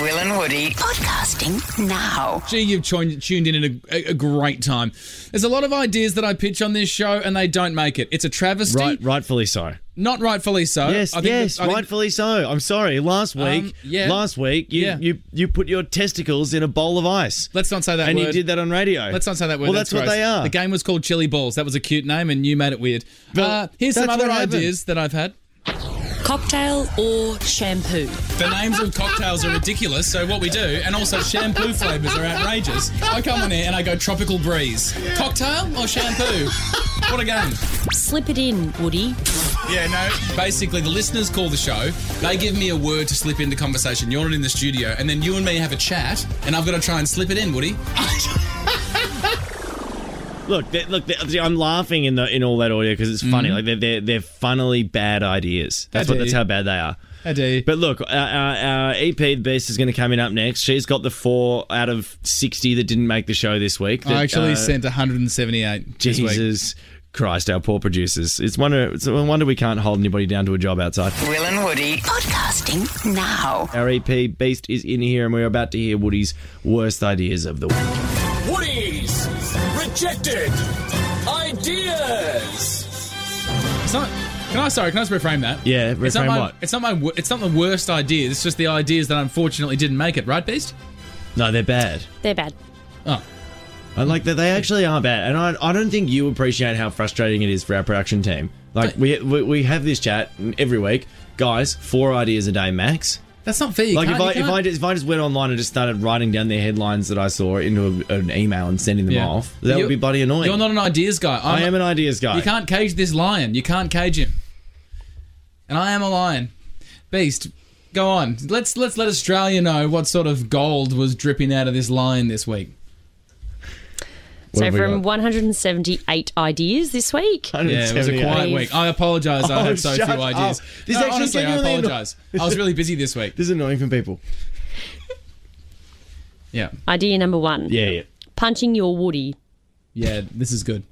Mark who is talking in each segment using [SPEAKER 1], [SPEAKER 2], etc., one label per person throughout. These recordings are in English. [SPEAKER 1] Will and Woody podcasting now.
[SPEAKER 2] Gee, you've tun- tuned in at a, a great time. There's a lot of ideas that I pitch on this show and they don't make it. It's a travesty.
[SPEAKER 3] Right, rightfully so.
[SPEAKER 2] Not rightfully so.
[SPEAKER 3] Yes,
[SPEAKER 2] I think
[SPEAKER 3] yes,
[SPEAKER 2] that- I think-
[SPEAKER 3] rightfully so. I'm sorry. Last week,
[SPEAKER 2] yeah.
[SPEAKER 3] last week, you,
[SPEAKER 2] Yeah.
[SPEAKER 3] you you put your testicles in a bowl of ice.
[SPEAKER 2] Let's not say that
[SPEAKER 3] and
[SPEAKER 2] word.
[SPEAKER 3] you did that on radio.
[SPEAKER 2] Let's not say that word.
[SPEAKER 3] Well, that's, what
[SPEAKER 2] gross.
[SPEAKER 3] they are.
[SPEAKER 2] The game was called Chili Balls. That was a cute name and you made it weird.
[SPEAKER 3] Well,
[SPEAKER 2] Uh, here's some
[SPEAKER 3] that's
[SPEAKER 2] other
[SPEAKER 3] what happened.
[SPEAKER 2] ideas that I've had.
[SPEAKER 4] Cocktail or shampoo?
[SPEAKER 2] The names of cocktails are ridiculous, so what we do, and also shampoo flavours are outrageous. I come on here and I go tropical breeze. Cocktail or shampoo? What a game.
[SPEAKER 4] Slip it in, Woody.
[SPEAKER 2] Yeah, no. Basically, the listeners call the show. They give me a word to slip into conversation. You're not in the studio, and then you and me have a chat, and I've got to try and slip it in, Woody.
[SPEAKER 3] Look, they, look. They, I'm laughing in the in all that audio because it's funny.
[SPEAKER 2] Mm-hmm.
[SPEAKER 3] Like they're, they're they're funnily bad ideas. That's
[SPEAKER 2] How
[SPEAKER 3] what.
[SPEAKER 2] dare
[SPEAKER 3] That's
[SPEAKER 2] you.
[SPEAKER 3] how bad they are.
[SPEAKER 2] I do.
[SPEAKER 3] But look, uh, our, our, our EP E the Beast is going to come in up next. She's got the four out of sixty that didn't make the show this week. that,
[SPEAKER 2] I actually
[SPEAKER 3] uh,
[SPEAKER 2] sent 178 this week.
[SPEAKER 3] Jesus Christ, our poor producers. It's wonder. It's a wonder we can't hold anybody down to a job outside.
[SPEAKER 1] Will and Woody podcasting now.
[SPEAKER 3] Our EP Beast is in here, and we're about to hear Woody's worst ideas of the week.
[SPEAKER 5] Woody's rejected ideas.
[SPEAKER 2] It's not. Can I sorry? Can I just reframe that?
[SPEAKER 3] Yeah,
[SPEAKER 2] It's not
[SPEAKER 3] reframe
[SPEAKER 2] my.
[SPEAKER 3] what?
[SPEAKER 2] It's not my. wo- It's not the worst ideas. It's just the ideas that unfortunately didn't make it. Right, Beast?
[SPEAKER 3] No, they're bad.
[SPEAKER 4] They're bad.
[SPEAKER 2] Oh,
[SPEAKER 3] I like that they actually are bad, and I, I don't think you appreciate how frustrating it is for our production team. Like
[SPEAKER 2] But-
[SPEAKER 3] we, we we have this chat every week, guys. Four ideas a day max.
[SPEAKER 2] that's not fair. You
[SPEAKER 3] Like if
[SPEAKER 2] can't-
[SPEAKER 3] I
[SPEAKER 2] you
[SPEAKER 3] if
[SPEAKER 2] can't-
[SPEAKER 3] I just, if I just went online and just started writing down their headlines that I saw into a, an email and sending them
[SPEAKER 2] Yeah.
[SPEAKER 3] off, that
[SPEAKER 2] You're-
[SPEAKER 3] would be bloody annoying.
[SPEAKER 2] You're not an ideas guy. I'm,
[SPEAKER 3] I am an ideas guy.
[SPEAKER 2] You can't cage this lion. You can't cage him. And I am a lion. Beast, go on. Let's let's let Australia know what sort of gold was dripping out of this lion this week.
[SPEAKER 3] What
[SPEAKER 4] So
[SPEAKER 3] have we
[SPEAKER 4] from
[SPEAKER 3] got?
[SPEAKER 4] 178 ideas this week.
[SPEAKER 2] Yeah, it was a
[SPEAKER 3] 178.
[SPEAKER 2] quiet week. I apologise. I
[SPEAKER 3] eh? Oh,
[SPEAKER 2] had so few
[SPEAKER 3] shut up.
[SPEAKER 2] ideas.
[SPEAKER 3] This
[SPEAKER 2] No,
[SPEAKER 3] actually
[SPEAKER 2] honestly, I
[SPEAKER 3] genuinely anno-
[SPEAKER 2] apologise. I was really busy this week.
[SPEAKER 3] This is annoying for people.
[SPEAKER 2] Yeah,
[SPEAKER 4] Idea number one
[SPEAKER 3] Yeah, yeah.
[SPEAKER 4] punching your Woody.
[SPEAKER 2] yeah. This is good.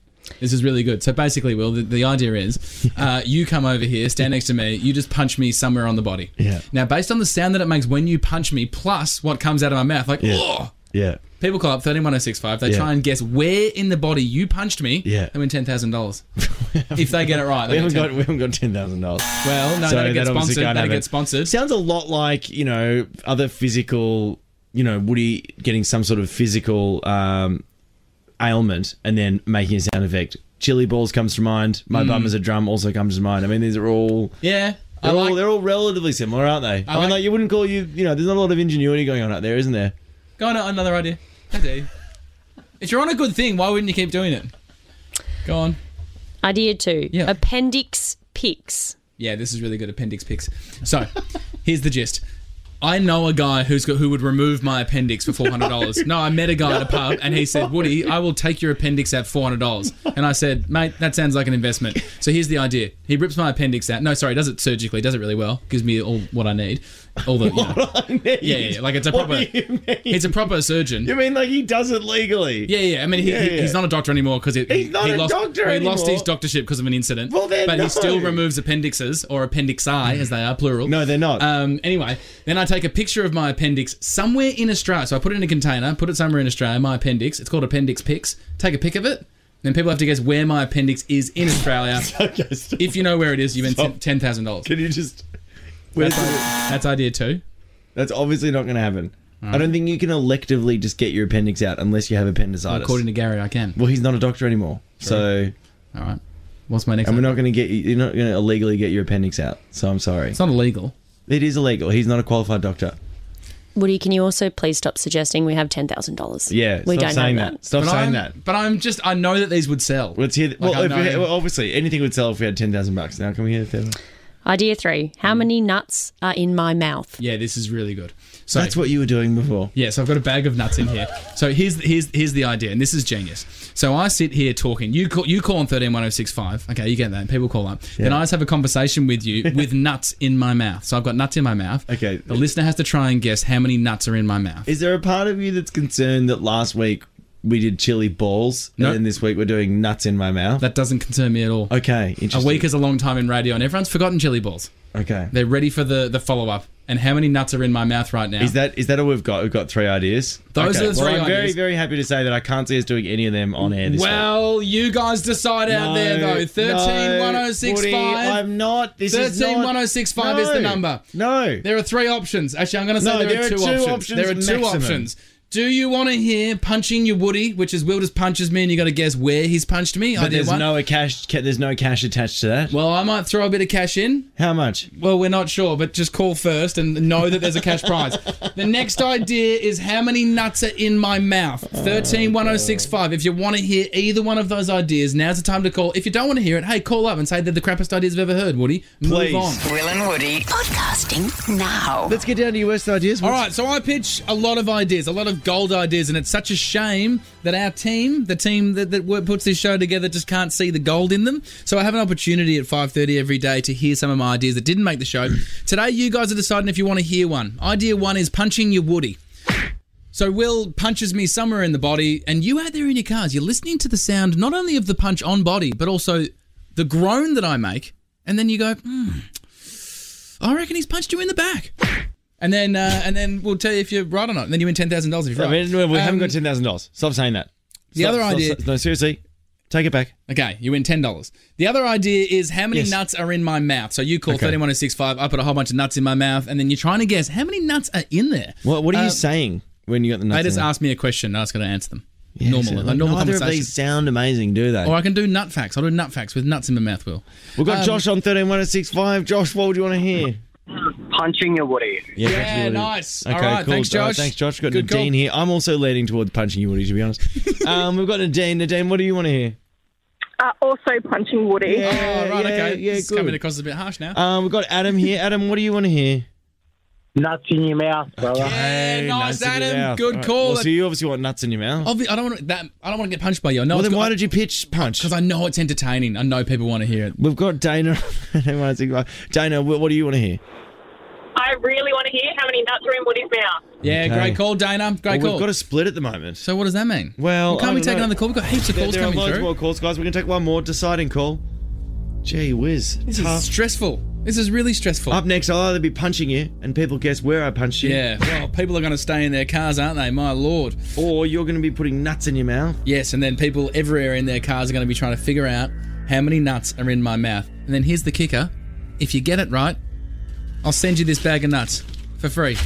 [SPEAKER 2] This is really good. So basically, Will, the, the idea is uh, you come over here, stand next to me, you just punch me somewhere on the body.
[SPEAKER 3] Yeah.
[SPEAKER 2] Now, based on the sound that it makes when you punch me, plus what comes out of my mouth, like,
[SPEAKER 3] Yeah.
[SPEAKER 2] "Ugh,"
[SPEAKER 3] Yeah.
[SPEAKER 2] People call up 31065. They
[SPEAKER 3] Yeah.
[SPEAKER 2] try and guess where in the body you punched me.
[SPEAKER 3] Yeah.
[SPEAKER 2] They win $10,000. if they get it right.
[SPEAKER 3] We
[SPEAKER 2] They
[SPEAKER 3] haven't
[SPEAKER 2] get
[SPEAKER 3] got
[SPEAKER 2] 10,
[SPEAKER 3] we haven't got ten thousand dollars.
[SPEAKER 2] well, no,
[SPEAKER 3] So
[SPEAKER 2] that'll get
[SPEAKER 3] that obviously
[SPEAKER 2] sponsored.
[SPEAKER 3] can't
[SPEAKER 2] That'll
[SPEAKER 3] happen.
[SPEAKER 2] get sponsored.
[SPEAKER 3] Sounds a lot like you know other physical, you know Woody getting some sort of physical um, ailment and then making a sound effect. Chili balls comes to mind. My bum is a drum also comes to mind. I mean, these are all.
[SPEAKER 2] yeah. Hmm. I
[SPEAKER 3] They're, all,
[SPEAKER 2] like,
[SPEAKER 3] they're all relatively similar, aren't they? I, mean,
[SPEAKER 2] like-
[SPEAKER 3] like you wouldn't call you, you know, there's not a lot of ingenuity going on out there, isn't there?
[SPEAKER 2] go on, another idea. I do. If you're on a good thing, why wouldn't you keep doing it? Go on.
[SPEAKER 4] Idea two
[SPEAKER 2] Yeah.
[SPEAKER 4] appendix pics.
[SPEAKER 2] Yeah, this is really good appendix pics. So, here's the gist. I know a guy who's got, who would remove my appendix for four hundred dollars. no, I met a guy at a pub and he said, "Woody, I will take your appendix at four hundred dollars." And I said, "Mate, that sounds like an investment." So here's the idea: he rips my appendix out. No, sorry, does it surgically. Does it really well. Gives me all what I need. All the you know,
[SPEAKER 3] yeah,
[SPEAKER 2] yeah, yeah, like it's a
[SPEAKER 3] What
[SPEAKER 2] proper.
[SPEAKER 3] do you mean?
[SPEAKER 2] He's a proper surgeon.
[SPEAKER 3] You mean like he does it legally?
[SPEAKER 2] Yeah, yeah. I mean, he,
[SPEAKER 3] Yeah,
[SPEAKER 2] he-
[SPEAKER 3] yeah.
[SPEAKER 2] he's not a doctor anymore because he,
[SPEAKER 3] He's not
[SPEAKER 2] he
[SPEAKER 3] a
[SPEAKER 2] lost,
[SPEAKER 3] doctor
[SPEAKER 2] he lost
[SPEAKER 3] anymore.
[SPEAKER 2] his doctorship because of an incident.
[SPEAKER 3] Well, then
[SPEAKER 2] but
[SPEAKER 3] no.
[SPEAKER 2] he still removes appendixes or appendixi as they are plural.
[SPEAKER 3] No, they're not.
[SPEAKER 2] Um, anyway, then I take a picture of my appendix somewhere in Australia. So I put it in a container, put it somewhere in Australia. My appendix. It's called appendix pics. Take a pic of it. Then people have to guess where my appendix is in Australia.
[SPEAKER 3] Okay, stop.
[SPEAKER 2] if you know where it is, you win
[SPEAKER 3] Stop.
[SPEAKER 2] ten thousand dollars.
[SPEAKER 3] Can you just? Where's the-
[SPEAKER 2] That's idea two.
[SPEAKER 3] That's obviously not going to happen. I don't think you can electively just get your appendix out unless you have appendicitis.
[SPEAKER 2] According to Gary, I can.
[SPEAKER 3] well, he's not a doctor anymore, so
[SPEAKER 2] All right. What's my next?
[SPEAKER 3] and
[SPEAKER 2] one?
[SPEAKER 3] we're not going to get you're not going to illegally get your appendix out. So I'm sorry,
[SPEAKER 2] it's not illegal.
[SPEAKER 3] it is illegal. He's not a qualified doctor.
[SPEAKER 4] Woody, can you also please stop suggesting we have $10,000?
[SPEAKER 3] Yeah,
[SPEAKER 4] we
[SPEAKER 3] stop
[SPEAKER 4] don't
[SPEAKER 3] saying
[SPEAKER 4] have that.
[SPEAKER 3] Stop
[SPEAKER 2] But
[SPEAKER 3] saying
[SPEAKER 2] I'm,
[SPEAKER 3] that.
[SPEAKER 2] But I'm just. I know that these would sell.
[SPEAKER 3] Let's hear.
[SPEAKER 2] Like,
[SPEAKER 3] well,
[SPEAKER 2] I
[SPEAKER 3] if we
[SPEAKER 2] know-
[SPEAKER 3] had, well, obviously anything would sell if we had ten thousand bucks. Now can we hear that?
[SPEAKER 4] Idea three how many nuts are in my mouth?
[SPEAKER 2] Yeah, this is really good. So
[SPEAKER 3] That's what you were doing before.
[SPEAKER 2] Yeah, so I've got a bag of nuts in here. So here's here's here's the idea, and this is genius. So I sit here talking. You call you call on thirteen one zero six five. Okay, you get that. And people call up. Then
[SPEAKER 3] Yeah.
[SPEAKER 2] I just have a conversation with you with nuts in my mouth. So I've got nuts in my mouth.
[SPEAKER 3] Okay.
[SPEAKER 2] The listener has to try and guess how many nuts are in my mouth.
[SPEAKER 3] Is there a part of you that's concerned that last week we did chili balls
[SPEAKER 2] No.
[SPEAKER 3] and then this week we're doing nuts in my mouth?
[SPEAKER 2] That doesn't concern me at all.
[SPEAKER 3] okay,
[SPEAKER 2] A
[SPEAKER 3] Oh, interesting.
[SPEAKER 2] week is a long time in radio, and everyone's forgotten chili balls.
[SPEAKER 3] okay.
[SPEAKER 2] They're ready for the the follow up. and how many nuts are in my mouth right now?
[SPEAKER 3] Is that is that all we've got? We've got three ideas.
[SPEAKER 2] Those are the
[SPEAKER 3] well,
[SPEAKER 2] three
[SPEAKER 3] I'm very
[SPEAKER 2] ideas.
[SPEAKER 3] very happy to say that I can't see us doing any of them on air. This week.
[SPEAKER 2] well, you guys decide out there though. Thirteen one oh six
[SPEAKER 3] Woody,
[SPEAKER 2] five.
[SPEAKER 3] I'm not. This is not.
[SPEAKER 2] 131065 is the number.
[SPEAKER 3] No.
[SPEAKER 2] There are three options. Actually, I'm going to say
[SPEAKER 3] No,
[SPEAKER 2] there, are, two options.
[SPEAKER 3] options
[SPEAKER 2] There are two
[SPEAKER 3] maximum.
[SPEAKER 2] options. Do you want to hear punching your Woody, which is Wilders punches me, and you got to guess where he's punched me? I
[SPEAKER 3] but
[SPEAKER 2] did
[SPEAKER 3] there's
[SPEAKER 2] one.
[SPEAKER 3] no cash. ca- There's no cash attached to that.
[SPEAKER 2] well, I might throw a bit of cash in.
[SPEAKER 3] How much?
[SPEAKER 2] Well, we're not sure, but just call first and know that there's a cash prize. the next idea is how many nuts are in my mouth? 131065. If you want to hear either one of those ideas, now's the time to call. If you don't want to hear it, hey, call up and say they're the crappiest ideas I've ever heard, Woody. Move
[SPEAKER 3] Please.
[SPEAKER 2] on.
[SPEAKER 1] Will and Woody. Podcasting now.
[SPEAKER 3] Let's get down to your worst ideas.
[SPEAKER 2] All right, so I pitch a lot of ideas, a lot of gold ideas, and it's such a shame that our team, the team that, that wo- puts this show together, just can't see the gold in them. So I have an opportunity at 5.30 every day to hear some of my ideas that didn't make the show. Today, you guys are deciding if you want to hear one. Idea one is punching your Woody. So Will punches me somewhere in the body, and you out there in your cars, you're listening to the sound not only of the punch on body, but also the groan that I make, and then you go, hmm, I reckon he's punched you in the back. And then, uh, and then we'll tell you if you're right or not. And then you win ten thousand dollars if you're
[SPEAKER 3] I
[SPEAKER 2] right.
[SPEAKER 3] mean, we haven't
[SPEAKER 2] Um,
[SPEAKER 3] got ten thousand dollars. Stop saying that.
[SPEAKER 2] The
[SPEAKER 3] Stop-
[SPEAKER 2] other
[SPEAKER 3] stop-
[SPEAKER 2] idea-
[SPEAKER 3] stop- no, seriously, take it back.
[SPEAKER 2] Okay, you win ten dollars. The other idea is how many
[SPEAKER 3] Yes.
[SPEAKER 2] nuts are in my mouth. So you call
[SPEAKER 3] Okay.
[SPEAKER 2] thirty one oh six five. I put a whole bunch of nuts in my mouth, and then you're trying to guess how many nuts are in there.
[SPEAKER 3] What What are you
[SPEAKER 2] Um,
[SPEAKER 3] saying when you got the?
[SPEAKER 2] They
[SPEAKER 3] nuts
[SPEAKER 2] just
[SPEAKER 3] in there?
[SPEAKER 2] asked me a question. and I was going to answer them.
[SPEAKER 3] Yeah,
[SPEAKER 2] normal,
[SPEAKER 3] exactly.
[SPEAKER 2] a normal
[SPEAKER 3] Neither of
[SPEAKER 2] conversation.
[SPEAKER 3] these sound amazing, do they?
[SPEAKER 2] Or I can do nut facts. I'll do nut facts with nuts in my mouth, Will.
[SPEAKER 3] We've
[SPEAKER 2] Um,
[SPEAKER 3] got Josh on thirteen one zero six five. Josh, what would you want to hear?
[SPEAKER 6] punching your Woody.
[SPEAKER 3] Yeah,
[SPEAKER 2] Yeah,
[SPEAKER 3] punching your Woody.
[SPEAKER 2] nice.
[SPEAKER 3] Okay,
[SPEAKER 2] All right,
[SPEAKER 3] cool.
[SPEAKER 2] thanks,
[SPEAKER 3] All right,
[SPEAKER 2] Josh.
[SPEAKER 3] thanks, Josh. Got
[SPEAKER 2] Good
[SPEAKER 3] Nadine
[SPEAKER 2] call.
[SPEAKER 3] here. I'm also leaning towards punching you, Woody, to be honest. um, we've got Nadine. Nadine, what do you want to hear?
[SPEAKER 7] Uh, also punching Woody.
[SPEAKER 2] Oh, right,
[SPEAKER 3] yeah,
[SPEAKER 2] okay.
[SPEAKER 3] Yeah,
[SPEAKER 2] this is
[SPEAKER 3] good.
[SPEAKER 2] coming across as a bit harsh now.
[SPEAKER 3] Um, we've got Adam here. Adam, what do you want to hear?
[SPEAKER 6] Nuts in your mouth, brother.
[SPEAKER 2] yeah, nice,
[SPEAKER 3] nuts in your
[SPEAKER 2] Adam.
[SPEAKER 3] mouth.
[SPEAKER 2] Good
[SPEAKER 3] All right.
[SPEAKER 2] call.
[SPEAKER 3] Well, so you obviously want nuts in your mouth.
[SPEAKER 2] Obvi- I don't want to, that. I don't want to get punched by you. I know
[SPEAKER 3] well,
[SPEAKER 2] it's got-
[SPEAKER 3] then why did you pitch punch?
[SPEAKER 2] Because I know it's entertaining. I know people want to hear it.
[SPEAKER 3] We've got Dana. oh Dana, what, what do you want to hear?
[SPEAKER 7] I really want to hear how many nuts are in Woody's mouth.
[SPEAKER 2] Yeah,
[SPEAKER 3] Okay.
[SPEAKER 2] great call, Dana. Great call.
[SPEAKER 3] Well, we've got a split at the moment.
[SPEAKER 2] so what does that mean?
[SPEAKER 3] Well,
[SPEAKER 2] can't
[SPEAKER 3] I
[SPEAKER 2] we
[SPEAKER 3] don't
[SPEAKER 2] take
[SPEAKER 3] know.
[SPEAKER 2] another call? We've got heaps of
[SPEAKER 3] there
[SPEAKER 2] calls
[SPEAKER 3] there are
[SPEAKER 2] coming
[SPEAKER 3] loads
[SPEAKER 2] through.
[SPEAKER 3] more calls, guys. We can take one more deciding call. Gee whiz.
[SPEAKER 2] This
[SPEAKER 3] Tough.
[SPEAKER 2] is stressful. This is really stressful.
[SPEAKER 3] Up next, I'll either be punching you, and people guess where I punched you.
[SPEAKER 2] yeah, well, people are going to stay in their cars, aren't they? My lord.
[SPEAKER 3] Or you're going to be putting nuts in your mouth.
[SPEAKER 2] Yes, and then people everywhere in their cars are going to be trying to figure out how many nuts are in my mouth. And then here's the kicker if you get it right, I'll send you this bag of nuts for free.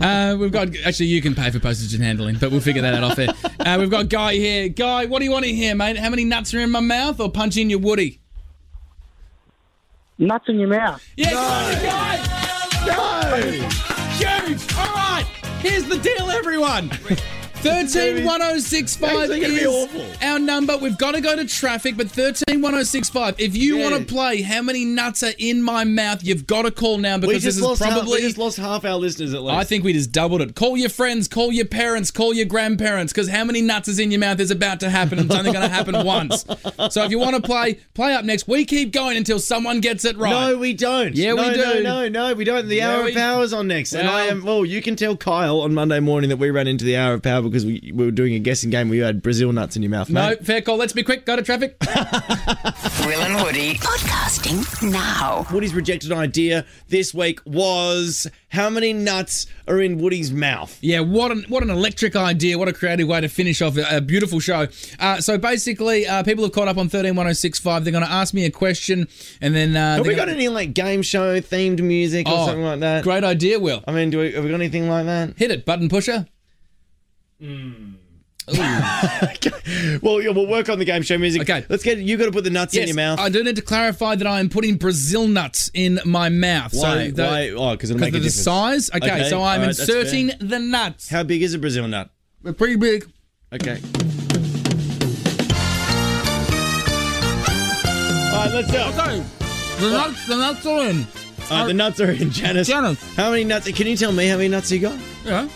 [SPEAKER 2] Uh, we've got actually, you can pay for postage and handling, but we'll figure that out off air. Uh, we've got Guy here. Guy, what do you want to hear, mate? How many nuts are in my mouth or punch in your Woody?
[SPEAKER 6] Nuts in your mouth.
[SPEAKER 2] Yes, Guy! Huge! All right, here's the deal, everyone. Thirteen one zero six five
[SPEAKER 3] It's gonna be
[SPEAKER 2] is
[SPEAKER 3] awful.
[SPEAKER 2] our number. We've got to go to traffic, but thirteen one zero six five. If you
[SPEAKER 3] Yeah.
[SPEAKER 2] want to play, how many nuts are in my mouth? You've got to call now
[SPEAKER 3] We
[SPEAKER 2] because this
[SPEAKER 3] just,
[SPEAKER 2] is
[SPEAKER 3] lost half, we
[SPEAKER 2] probably.
[SPEAKER 3] just lost half our listeners at least.
[SPEAKER 2] I think we just doubled it. Call your friends, call your parents, call your grandparents, because how many nuts is in your mouth is about to happen and it's only going to happen once. So if you want to play, play up next. We keep going until someone gets it right.
[SPEAKER 3] No, we don't.
[SPEAKER 2] Yeah,
[SPEAKER 3] no,
[SPEAKER 2] we
[SPEAKER 3] No,
[SPEAKER 2] do.
[SPEAKER 3] no, no, we don't. The
[SPEAKER 2] Yeah,
[SPEAKER 3] hour
[SPEAKER 2] we-
[SPEAKER 3] of power's on next, and
[SPEAKER 2] Well-
[SPEAKER 3] I am. Well, you can tell Kyle on Monday morning that we ran into the hour of power because we, we were doing a guessing game where you had Brazil nuts in your mouth.
[SPEAKER 2] no,
[SPEAKER 3] mate.
[SPEAKER 2] fair call. Let's be quick. Go to traffic.
[SPEAKER 1] Will and Woody. Podcasting now.
[SPEAKER 3] Woody's rejected idea this week was how many nuts are in Woody's mouth?
[SPEAKER 2] Yeah, what an what an electric idea! What a creative way to finish off a, a beautiful show. Uh, so basically, uh, people have caught up on thirteen one zero six five. They're going to ask me a question, and then uh,
[SPEAKER 3] Have
[SPEAKER 2] they're
[SPEAKER 3] we got
[SPEAKER 2] gonna-
[SPEAKER 3] any like game show themed music or
[SPEAKER 2] Oh,
[SPEAKER 3] something like that?
[SPEAKER 2] Great idea, Will.
[SPEAKER 3] I mean, do we have we got anything like that?
[SPEAKER 2] Hit it, button pusher.
[SPEAKER 3] Well, yeah, we'll work on the game show music.
[SPEAKER 2] Okay.
[SPEAKER 3] let's get. You got to put the nuts in your mouth.
[SPEAKER 2] I do need to clarify that I am putting Brazil nuts in my mouth.
[SPEAKER 3] why?
[SPEAKER 2] so the,
[SPEAKER 3] why? Oh, because
[SPEAKER 2] Because
[SPEAKER 3] it'll make a
[SPEAKER 2] of the
[SPEAKER 3] difference.
[SPEAKER 2] size. Okay,
[SPEAKER 3] Okay,
[SPEAKER 2] so I'm
[SPEAKER 3] all right, that's fair.
[SPEAKER 2] inserting the nuts.
[SPEAKER 3] How big is a Brazil nut?
[SPEAKER 2] They're pretty big.
[SPEAKER 3] Okay. All right, let's go.
[SPEAKER 2] So the nuts, the nuts are in.
[SPEAKER 3] All right, the nuts are in, Janice.
[SPEAKER 2] Janice.
[SPEAKER 3] How many nuts? Can you tell me how many nuts you got?
[SPEAKER 2] Yeah,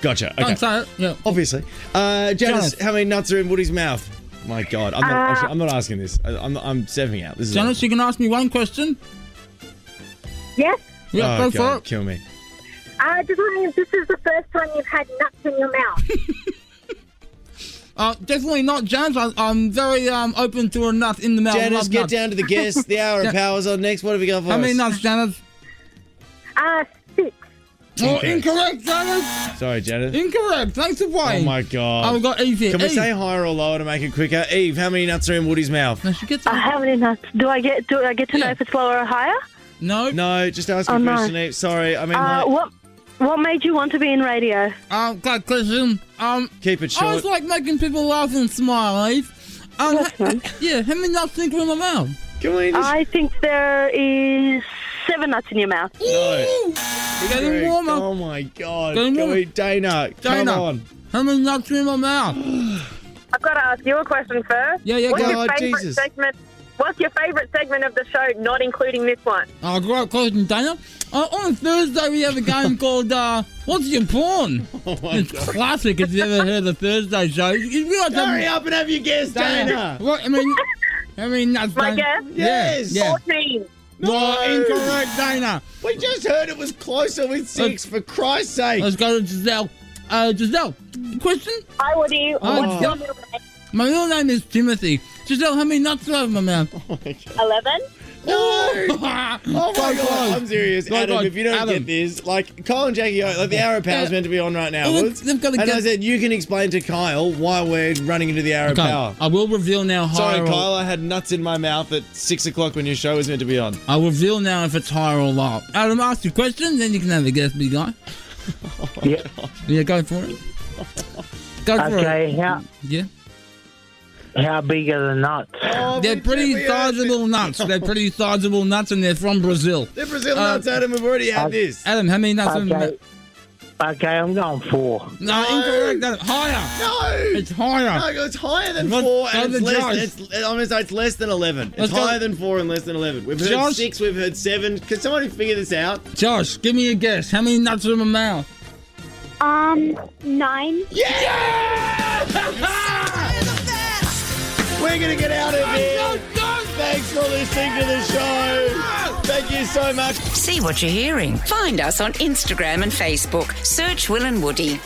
[SPEAKER 3] Gotcha.
[SPEAKER 2] don't
[SPEAKER 3] Okay.
[SPEAKER 2] say it. Yeah.
[SPEAKER 3] Obviously. Uh, Janice,
[SPEAKER 2] Janice.
[SPEAKER 3] how many nuts are in Woody's mouth? My God, I'm not, actually, I'm not asking this. I, I'm, I'm stepping out. This is
[SPEAKER 2] Janice, you can ask me one question.
[SPEAKER 7] Yes.
[SPEAKER 2] Yeah,
[SPEAKER 3] oh,
[SPEAKER 2] go
[SPEAKER 3] God,
[SPEAKER 2] for it.
[SPEAKER 3] Kill me.
[SPEAKER 7] Uh, just wondering if this is the first time you've had nuts in your mouth.
[SPEAKER 2] Uh, definitely not Janice. I, I'm very um, open to a nut in the mouth.
[SPEAKER 3] Janice,
[SPEAKER 2] Love
[SPEAKER 3] get
[SPEAKER 2] nuts.
[SPEAKER 3] down to the guest. The hour of power's on next. What have we got for
[SPEAKER 2] How
[SPEAKER 3] us?
[SPEAKER 2] many nuts, Janice?
[SPEAKER 7] uh,
[SPEAKER 8] Uh, six.
[SPEAKER 2] Oh, incorrect, Janet.
[SPEAKER 3] Sorry, Janet.
[SPEAKER 2] Incorrect. Thanks for
[SPEAKER 3] Oh
[SPEAKER 2] playing.
[SPEAKER 3] my god.
[SPEAKER 2] I've got Evie.
[SPEAKER 3] Can we
[SPEAKER 2] Eve.
[SPEAKER 3] say higher or lower to make it quicker? Eve, how many nuts are in Woody's mouth?
[SPEAKER 2] No, she gets
[SPEAKER 8] I haven't enough. Do I get? Do I get to know
[SPEAKER 2] Yeah.
[SPEAKER 8] Uh, if it's lower or higher?
[SPEAKER 2] No.
[SPEAKER 3] No, just ask a
[SPEAKER 8] Oh, no.
[SPEAKER 3] question, Eve. Sorry, I mean,
[SPEAKER 8] Uh,
[SPEAKER 3] like,
[SPEAKER 8] what? What made you want to be in radio?
[SPEAKER 2] Um, good question. Um,
[SPEAKER 3] keep it
[SPEAKER 2] I
[SPEAKER 3] short.
[SPEAKER 2] was like making people laugh and smile, Eve. Um,
[SPEAKER 8] That's
[SPEAKER 2] ha-
[SPEAKER 8] nice.
[SPEAKER 2] yeah, how many nuts think in my mouth?
[SPEAKER 3] Can we just.
[SPEAKER 8] I think there is seven nuts in your mouth.
[SPEAKER 3] No.
[SPEAKER 2] They're getting
[SPEAKER 3] Greg,
[SPEAKER 2] warmer.
[SPEAKER 3] Oh my god.
[SPEAKER 2] Getting
[SPEAKER 3] Can
[SPEAKER 2] warmer.
[SPEAKER 3] we, Dana, come
[SPEAKER 2] Dana.
[SPEAKER 3] on.
[SPEAKER 2] How many nuts in my mouth?
[SPEAKER 9] I've got to ask you a question first.
[SPEAKER 2] Yeah, yeah,
[SPEAKER 9] What's
[SPEAKER 2] go
[SPEAKER 9] your
[SPEAKER 3] on,
[SPEAKER 9] favourite
[SPEAKER 3] Jesus.
[SPEAKER 9] segment? What's your favourite segment of the show, not including this one?
[SPEAKER 2] Oh, great question, Dana. Uh, on Thursday, we have a game called uh, What's Your Porn?
[SPEAKER 3] Oh
[SPEAKER 2] it's classic if you ever heard the Thursday show. You- You realize how-
[SPEAKER 3] Hurry up and have your guess, Dana.
[SPEAKER 2] What, I mean, I mean, that's
[SPEAKER 9] My
[SPEAKER 2] Dana.
[SPEAKER 9] guess?
[SPEAKER 2] Yeah,
[SPEAKER 3] Yes.
[SPEAKER 2] Yeah.
[SPEAKER 9] Fourteen.
[SPEAKER 2] No, incorrect, Dana.
[SPEAKER 3] We just heard it was closer with
[SPEAKER 2] Uh,
[SPEAKER 3] six, for Christ's sake.
[SPEAKER 2] Let's go to Giselle. Uh, Giselle, question?
[SPEAKER 9] Hi, Woody.
[SPEAKER 2] Oh.
[SPEAKER 9] What's your middle name?
[SPEAKER 2] My real name is Timothy. Giselle, how many nuts do I have in my mouth?
[SPEAKER 3] Oh
[SPEAKER 9] Eleven.
[SPEAKER 3] No. Oh my
[SPEAKER 2] So
[SPEAKER 3] god,
[SPEAKER 2] close.
[SPEAKER 3] I'm serious.
[SPEAKER 2] Go
[SPEAKER 3] Adam,
[SPEAKER 2] on,
[SPEAKER 3] if you don't
[SPEAKER 2] Adam.
[SPEAKER 3] get this, like Kyle and Jackie, like the hour of power is meant to be on right now.
[SPEAKER 2] Oh,
[SPEAKER 3] Woods.
[SPEAKER 2] they've gotta
[SPEAKER 3] and I
[SPEAKER 2] get-
[SPEAKER 3] said, you can explain to Kyle why we're running into the hour of
[SPEAKER 10] Okay,
[SPEAKER 3] power.
[SPEAKER 10] I will reveal now higher.
[SPEAKER 3] Sorry,
[SPEAKER 10] or-
[SPEAKER 3] Kyle, I had nuts in my mouth at six o'clock when your show was meant to be on.
[SPEAKER 2] I will reveal now if it's higher or lower. Adam, ask your question, then you can have a guess, big guy.
[SPEAKER 6] Yeah.
[SPEAKER 2] Yeah, go for it. Go for it.
[SPEAKER 6] Okay, how
[SPEAKER 2] Yeah.
[SPEAKER 6] how big are the nuts?
[SPEAKER 3] Oh,
[SPEAKER 2] They're pretty sizable nuts. They're pretty sizable nuts, and they're from Brazil.
[SPEAKER 3] The Brazil
[SPEAKER 2] Uh,
[SPEAKER 3] nuts, Adam. We've already had
[SPEAKER 6] uh,
[SPEAKER 3] this.
[SPEAKER 2] Adam, how many nuts? are
[SPEAKER 6] Okay. Okay, I'm going four.
[SPEAKER 2] No,
[SPEAKER 3] No.
[SPEAKER 2] incorrect. Adam. Higher.
[SPEAKER 3] No,
[SPEAKER 2] It's higher.
[SPEAKER 3] no, it's higher than
[SPEAKER 2] Not-
[SPEAKER 3] four,
[SPEAKER 2] not
[SPEAKER 3] and it's
[SPEAKER 2] the
[SPEAKER 3] less.
[SPEAKER 2] judge.
[SPEAKER 3] It's, I'm gonna say it's less than eleven. It's
[SPEAKER 2] Let's go-
[SPEAKER 3] higher than four and less than eleven. We've heard
[SPEAKER 2] Josh?
[SPEAKER 3] six. We've heard seven. Can somebody figure this out?
[SPEAKER 2] Josh, give me a guess. How many nuts are in my mouth?
[SPEAKER 8] Um, nine.
[SPEAKER 3] We're going to get out of here. Thanks for listening to the show. Thank you so much.
[SPEAKER 1] See what you're hearing. Find us on Instagram and Facebook. Search Will and Woody.